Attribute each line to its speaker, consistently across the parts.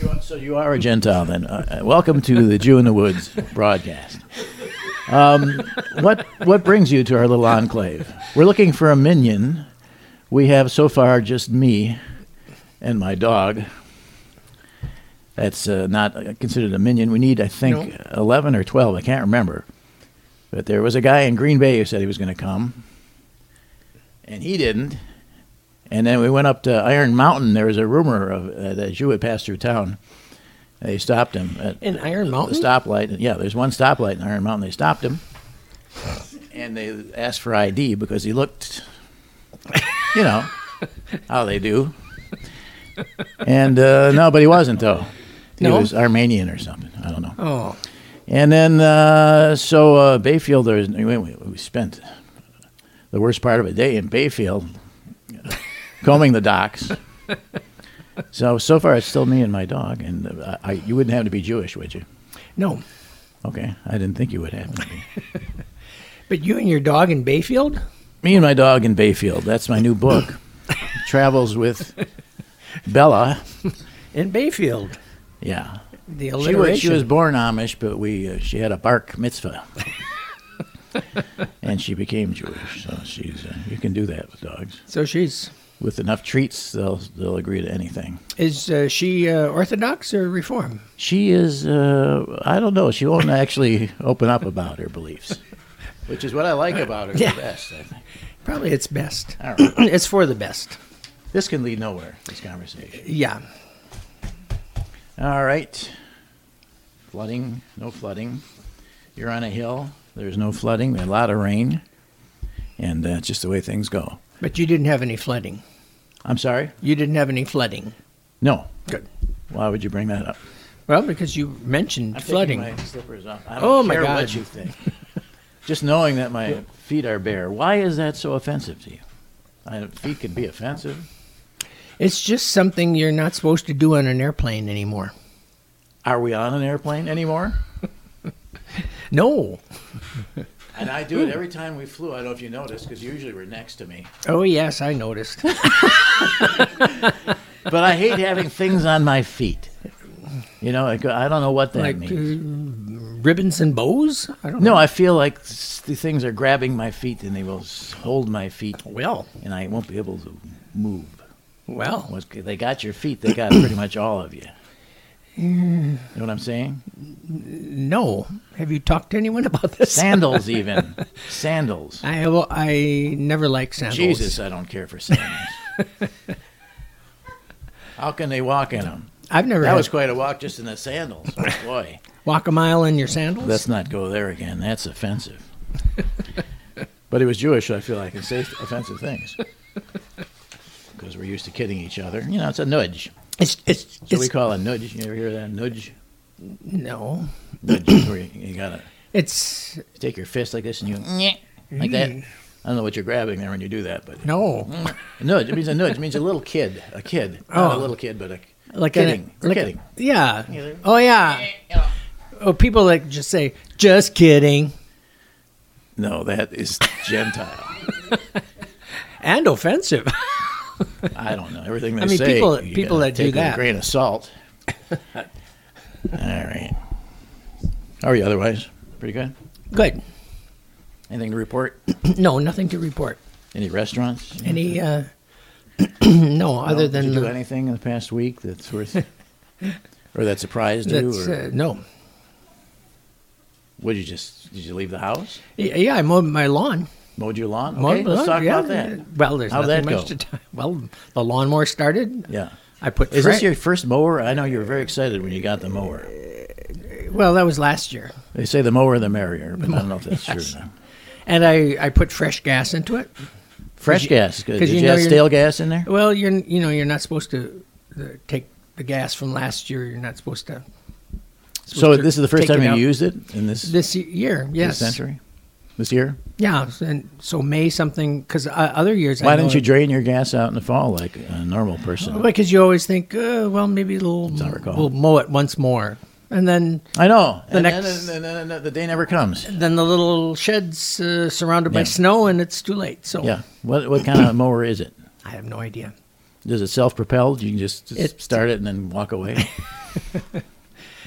Speaker 1: You are- So you are a Gentile then. Uh, uh, welcome to the Jew in the Woods broadcast. Um, what what brings you to our little enclave? We're looking for a minion. We have so far just me and my dog. That's uh, not uh, considered a minion. We need, I think, eleven or twelve. I can't remember. But there was a guy in Green Bay who said he was going to come, and he didn't. And then we went up to Iron Mountain. There was a rumor of uh, that a Jew had passed through town. They stopped him at
Speaker 2: In Iron Mountain?
Speaker 1: the stoplight. Yeah, there's one stoplight in Iron Mountain. They stopped him, and they asked for ID because he looked, you know, how they do. And uh, no, but he wasn't though. He
Speaker 2: No?
Speaker 1: was Armenian or something. I don't know.
Speaker 2: Oh,
Speaker 1: And then, uh, so uh, Bayfield, there was, we, we we spent the worst part of a day in Bayfield combing the docks. So, so far, it's still me and my dog. And uh, I, you wouldn't happen to be Jewish, would you?
Speaker 2: no.
Speaker 1: Okay. I didn't think you would happen to be.
Speaker 2: But you and your dog in Bayfield?
Speaker 1: Me and my dog in Bayfield. That's my new book. Travels with Bella.
Speaker 2: In Bayfield.
Speaker 1: Yeah.
Speaker 2: The
Speaker 1: She was, she
Speaker 2: alliteration.
Speaker 1: was born Amish, but we uh, she had a bark mitzvah, and she became Jewish. So she's uh, you can do that with dogs.
Speaker 2: so she's.
Speaker 1: With enough treats, they'll they'll agree to anything.
Speaker 2: Is uh, she uh, Orthodox or Reform?
Speaker 1: She is uh, I don't know. She won't actually open up about her beliefs, which is what I like about her
Speaker 2: Yeah.
Speaker 1: the best. I think.
Speaker 2: Probably it's best.
Speaker 1: All right.
Speaker 2: it's for the best.
Speaker 1: This can lead nowhere. This conversation.
Speaker 2: Yeah.
Speaker 1: All right. Flooding, no flooding. You're on a hill. There's no flooding. A lot of rain, and that's just the way things go.
Speaker 2: But you didn't have any flooding.
Speaker 1: I'm sorry?
Speaker 2: You didn't have any flooding.
Speaker 1: No.
Speaker 2: Good.
Speaker 1: Why would you bring that up?
Speaker 2: Well, because you mentioned
Speaker 1: I'm
Speaker 2: flooding.
Speaker 1: Taking my slippers off. I don't
Speaker 2: Oh, my
Speaker 1: care
Speaker 2: God.
Speaker 1: what you think. Just knowing that my feet are bare. Why is that so offensive to you? I, feet can be offensive.
Speaker 2: It's just something you're not supposed to do on an airplane anymore.
Speaker 1: Are we on an airplane anymore?
Speaker 2: No.
Speaker 1: And I do it every time we flew. I don't know if you noticed, because usually we're next to me.
Speaker 2: Oh, yes, I noticed.
Speaker 1: But I hate having things on my feet. You know, I go- I don't know what that
Speaker 2: like uh,
Speaker 1: means.
Speaker 2: ribbons and bows? I don't
Speaker 1: No,
Speaker 2: know.
Speaker 1: I feel like s- the things are grabbing my feet and they will s- hold my feet,
Speaker 2: Well,
Speaker 1: and I won't be able to move.
Speaker 2: well.
Speaker 1: was they got your feet. They got pretty much all of you. You know what I'm saying?
Speaker 2: No. Have you talked to anyone about this?
Speaker 1: Sandals, even sandals.
Speaker 2: I well, I never like sandals.
Speaker 1: Jesus, I don't care for sandals. How can they walk in them?
Speaker 2: I've never
Speaker 1: That
Speaker 2: had,
Speaker 1: was quite a walk just in the sandals. Boy,
Speaker 2: walk a mile in your sandals.
Speaker 1: let's not go there again. That's offensive. But he was Jewish, so I feel I can say offensive things. Because we're used to kidding each other. You know, it's a nudge.
Speaker 2: it's it's,
Speaker 1: So
Speaker 2: it's
Speaker 1: we call a nudge. You ever hear that? Nudge?
Speaker 2: no.
Speaker 1: Nudge. where you, you got to
Speaker 2: It's
Speaker 1: You take your fist like this and you "Nyeh," like that.
Speaker 2: Mm.
Speaker 1: I don't know what you're grabbing there when you do that, but
Speaker 2: no.
Speaker 1: a nudge. It means a nudge. It means a little kid, a kid, not a
Speaker 2: Oh.
Speaker 1: little kid, but a
Speaker 2: Like an-
Speaker 1: kidding, We're
Speaker 2: like a-
Speaker 1: kidding.
Speaker 2: yeah. Oh yeah. Oh, people like just say just kidding
Speaker 1: No, that is Gentile.
Speaker 2: and offensive.
Speaker 1: I don't know everything they
Speaker 2: mean,
Speaker 1: say.
Speaker 2: people-
Speaker 1: you
Speaker 2: people
Speaker 1: gotta
Speaker 2: that do
Speaker 1: take it with
Speaker 2: that.
Speaker 1: a grain of salt. All right. How are you otherwise? Pretty good.
Speaker 2: Good.
Speaker 1: Anything to report?
Speaker 2: No, nothing to report.
Speaker 1: Any restaurants? No?
Speaker 2: Any uh no, other
Speaker 1: Mm-hmm. Did
Speaker 2: than
Speaker 1: you do
Speaker 2: the-
Speaker 1: anything in the past week that's worth or that surprised you?
Speaker 2: that's
Speaker 1: or
Speaker 2: uh, no.
Speaker 1: would you just did you leave the house?
Speaker 2: Y- Yeah, I mowed my lawn.
Speaker 1: Mowed your lawn?
Speaker 2: Mowed
Speaker 1: Okay,
Speaker 2: my
Speaker 1: let's
Speaker 2: lawn,
Speaker 1: talk
Speaker 2: uh, yeah.
Speaker 1: about that.
Speaker 2: Well, there's
Speaker 1: How'd
Speaker 2: nothing
Speaker 1: that
Speaker 2: much
Speaker 1: go?
Speaker 2: to talk. Well, the lawnmower started.
Speaker 1: Yeah.
Speaker 2: I put.
Speaker 1: Is
Speaker 2: Fran-
Speaker 1: this your first mower? I know you were very excited when you got the mower.
Speaker 2: Well, that was last year,
Speaker 1: They say the mower the merrier, but I don't know if that's true. or not.
Speaker 2: and I, I put fresh gas into it.
Speaker 1: Fresh
Speaker 2: 'Cause you-
Speaker 1: gas. Good. Did
Speaker 2: 'cause you
Speaker 1: you,
Speaker 2: know
Speaker 1: have
Speaker 2: you're-
Speaker 1: stale gas in there?
Speaker 2: Well, you're you know you're not supposed to uh, take the gas from last year. You're not supposed to.
Speaker 1: So
Speaker 2: supposed to
Speaker 1: this is the first
Speaker 2: take
Speaker 1: time
Speaker 2: it
Speaker 1: you
Speaker 2: out.
Speaker 1: used it in this,
Speaker 2: this y- year.
Speaker 1: this
Speaker 2: Yes,
Speaker 1: century? This year?
Speaker 2: yeah, and so May something because uh, other years.
Speaker 1: Why
Speaker 2: I know
Speaker 1: didn't you
Speaker 2: it-
Speaker 1: drain your gas out in the fall like a normal person?
Speaker 2: Because you always think, uh, well, maybe it'll
Speaker 1: not recall.
Speaker 2: we'll mow it once more, and then
Speaker 1: I know.
Speaker 2: The
Speaker 1: and
Speaker 2: next-
Speaker 1: then, and then- and then the day never comes.
Speaker 2: then the little sheds uh, surrounded by
Speaker 1: Yeah.
Speaker 2: snow, and it's too late. So
Speaker 1: Yeah. What what kind of mower is it?
Speaker 2: I have no idea.
Speaker 1: Does it self-propelled? You can just, just
Speaker 2: It-
Speaker 1: start it and then walk away.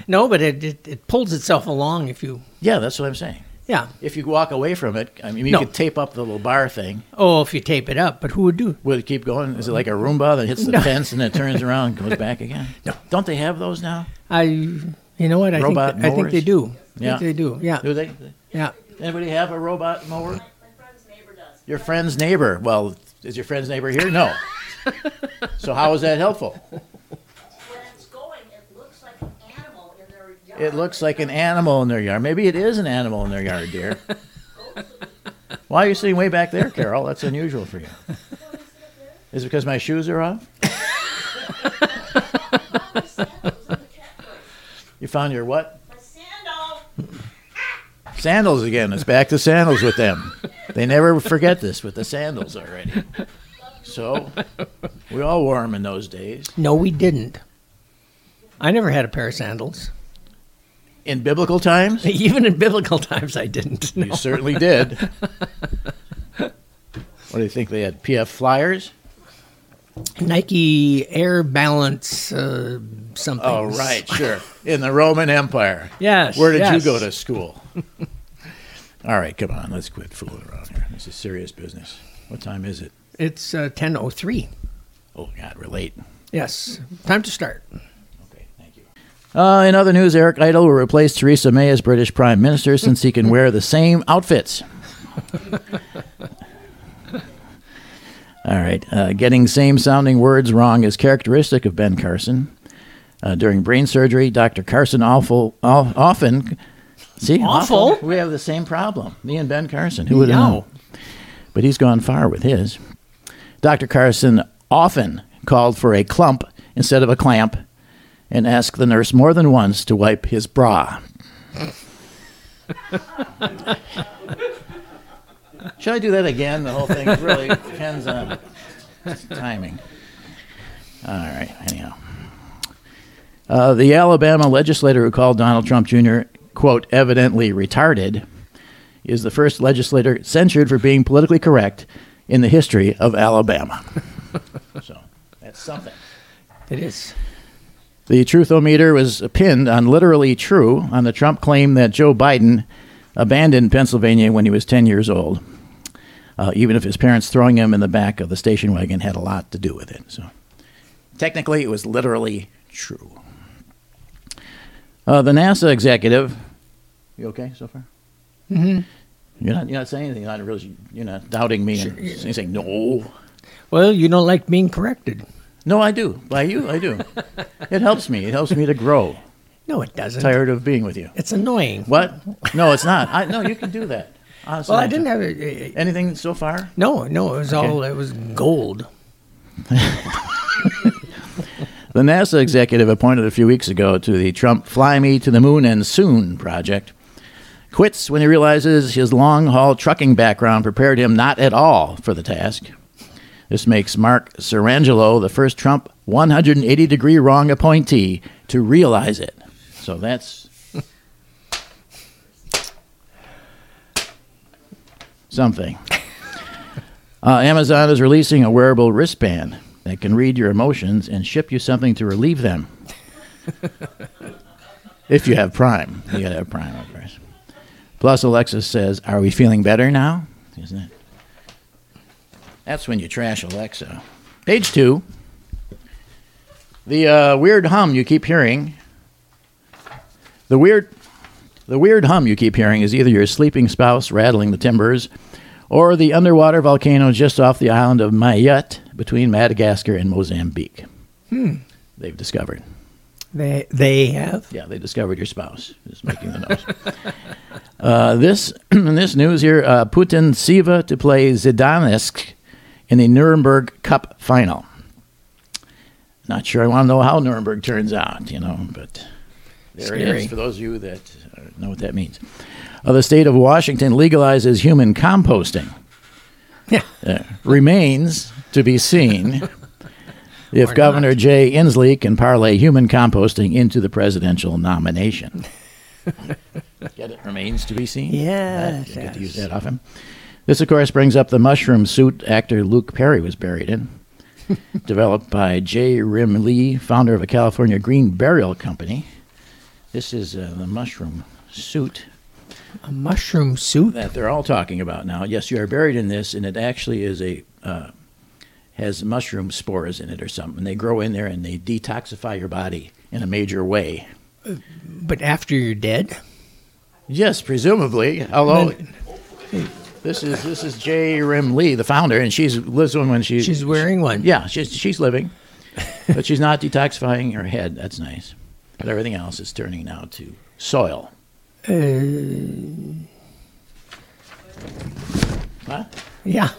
Speaker 2: No, but it, it, it pulls itself along if you.
Speaker 1: yeah, that's what I'm saying.
Speaker 2: Yeah.
Speaker 1: If you walk away from it, I mean, you
Speaker 2: No.
Speaker 1: could tape up the little bar thing.
Speaker 2: Oh, if you tape it up, but who would do?
Speaker 1: Would it keep going? Is it like a Roomba that hits the
Speaker 2: Um, No.
Speaker 1: fence and it turns around and goes back again? No. Don't they have those now?
Speaker 2: I, you know what? I
Speaker 1: Robot
Speaker 2: think I think they
Speaker 1: mowers.
Speaker 2: do.
Speaker 1: Yeah.
Speaker 2: I think they do. Yeah.
Speaker 1: Do they?
Speaker 2: Yeah.
Speaker 1: Anybody have a robot mower?
Speaker 3: My friend's neighbor does.
Speaker 1: Your friend's neighbor. Well, is your friend's neighbor here? No. so how is that helpful?
Speaker 3: When it's going, it looks like an animal in their yard.
Speaker 1: It looks like an animal in their yard. Maybe it is an animal in their yard, dear. Why are you sitting way back there, Carol? That's unusual for you. Is it because my shoes are off?
Speaker 3: My sandals in the category.
Speaker 1: You found your what?
Speaker 3: My sandal.
Speaker 1: Sandals again. It's back to sandals with them. They never forget this with the sandals already. So we all wore them in those days.
Speaker 2: No, we didn't. I never had a pair of sandals.
Speaker 1: In biblical times,
Speaker 2: Even in biblical times, I didn't.
Speaker 1: you certainly did. What do you think they had? PF Flyers?
Speaker 2: Nike Air Balance uh, something.
Speaker 1: Oh, right, sure. In the Roman Empire.
Speaker 2: Yes.
Speaker 1: Where did you
Speaker 2: yes.
Speaker 1: go to school? All right, come on. Let's quit fooling around here. This is serious business. What time is it?
Speaker 2: It's uh, 10.03.
Speaker 1: Oh, God, we're late.
Speaker 2: Yes. Time to start.
Speaker 1: Okay, thank you. Uh, in other news, Eric Idle will replace Theresa May as British Prime Minister since he can wear the same outfits. All right. Uh, getting same sounding words wrong is characteristic of Ben Carson. Uh, during brain surgery, Dr. Carson awful, al- often. See,
Speaker 2: Awful?
Speaker 1: We have the same problem. Me and Ben Carson. Who would have
Speaker 2: Yeah.
Speaker 1: known? But he's gone far with his. Dr. Carson often called for a clump instead of a clamp and asked the nurse more than once to wipe his bra. Should I do that again? The whole thing really depends on timing. All right, anyhow. Uh, the Alabama legislator who called Donald Trump Jr., quote, evidently retarded, is the first legislator censured for being politically correct in the history of Alabama. so that's something.
Speaker 2: It is.
Speaker 1: The truthometer was pinned on literally true on the Trump claim that Joe Biden abandoned Pennsylvania when he was 10 years old, uh, even if his parents throwing him in the back of the station wagon had a lot to do with it. So technically, it was literally true. Uh, the NASA executive, you okay so far? Mm-hmm. You're not, you're not saying anything. You're not, really, you're not doubting me. and you're saying, no.
Speaker 2: Well, you don't like being corrected.
Speaker 1: No, I do. By you, I do. it helps me. It helps me to grow.
Speaker 2: No, it doesn't.
Speaker 1: Tired of being with you.
Speaker 2: It's annoying.
Speaker 1: What? No, it's not. I, no, you can do that. Honestly,
Speaker 2: Well, I didn't have a,
Speaker 1: anything so far.
Speaker 2: No, no, it was all it was gold.
Speaker 1: The NASA executive appointed a few weeks ago to the Trump "Fly Me to the Moon and Soon" project quits when he realizes his long-haul trucking background prepared him not at all for the task. This makes Mark Serangelo the first Trump 180 degree wrong appointee to realize it. So that's something. Uh, Amazon is releasing a wearable wristband that can read your emotions and ship you something to relieve them. if you have Prime, you gotta have Prime, of course. Plus, Alexa says, "Are we feeling better now?" Isn't it? That's when you trash Alexa. Page two. The uh, weird hum you keep hearing. The weird, the weird hum you keep hearing is either your sleeping spouse rattling the timbers, or the underwater volcano just off the island of Mayotte between Madagascar and Mozambique. Hmm. They've discovered.
Speaker 2: They they have.
Speaker 1: Yeah, they discovered your spouse is making the noise. uh, this in this news here, uh, Putin Siva to play Zidansk in the Nuremberg Cup final. Not sure I want to know how Nuremberg turns out, you know, but there it
Speaker 2: Scary.
Speaker 1: is for those of you that uh, know what that means. Uh, the state of Washington legalizes human composting.
Speaker 2: Yeah.
Speaker 1: Uh, remains to be seen if Governor Jay Inslee can parlay human composting into the presidential nomination. Get it? Remains to be seen.
Speaker 2: Yes,
Speaker 1: I get to use
Speaker 2: yes.
Speaker 1: that often. This, of course, brings up the mushroom suit actor Luke Perry was buried in. developed by J. Rim Lee, founder of a California green burial company. This is uh, the mushroom suit
Speaker 2: A mushroom soup.
Speaker 1: that they're all talking about now. Yes, you are buried in this, and it actually is a uh, has mushroom spores in it or something. They grow in there and they detoxify your body in a major way.
Speaker 2: But after you're dead,
Speaker 1: Yes, presumably. Although this is this is J. Rim Lee, the founder, and she's lives when she
Speaker 2: she's wearing one.
Speaker 1: yeah she's she's living, but she's not detoxifying her head. That's nice, but everything else is turning now to soil. Uh, Huh?
Speaker 2: Yeah.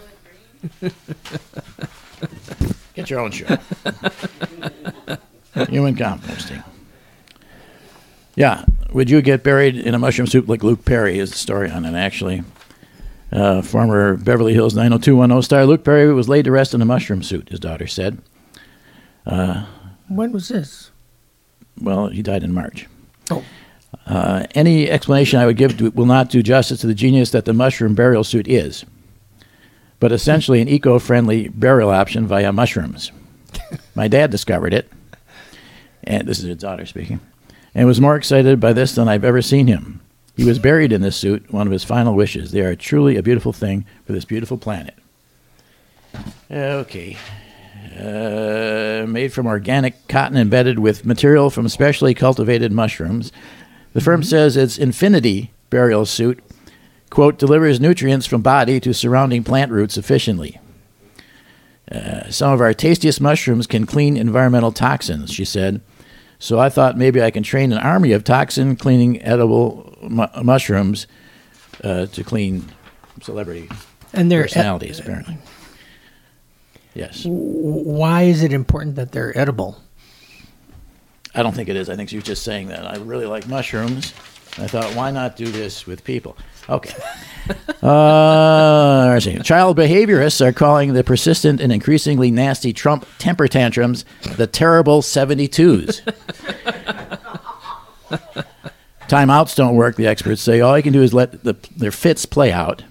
Speaker 1: Get your own show. Human composting. Yeah. Would you get buried in a mushroom soup like Luke Perry is the story on it, actually. Uh, former Beverly Hills 90210 star Luke Perry was laid to rest in a mushroom suit, his daughter said.
Speaker 2: When was this?
Speaker 1: Well, he died in March.
Speaker 2: Oh.
Speaker 1: Uh, any explanation I would give to, will not do justice to the genius that the mushroom burial suit is, but essentially an eco friendly burial option via mushrooms. My dad discovered it, and this is his daughter speaking, and was more excited by this than I've ever seen him. He was buried in this suit, one of his final wishes. They are truly a beautiful thing for this beautiful planet. Okay. Uh, made from organic cotton embedded with material from specially cultivated mushrooms. The firm says its infinity burial suit, quote, delivers nutrients from body to surrounding plant roots efficiently. Uh, some of our tastiest mushrooms can clean environmental toxins, she said. So I thought maybe I can train an army of toxin cleaning edible mu- mushrooms uh, to clean celebrity
Speaker 2: And they're
Speaker 1: personalities, apparently. Yes.
Speaker 2: why is it important that they're edible?
Speaker 1: I don't think it is. I think she was just saying that. I really like mushrooms. I thought, why not do this with people? Okay. Uh, let's see. child behaviorists are calling the persistent and increasingly nasty Trump temper tantrums the terrible 72s. Timeouts don't work, the experts say. All you can do is let the, their fits play out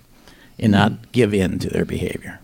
Speaker 1: and not give in to their behavior.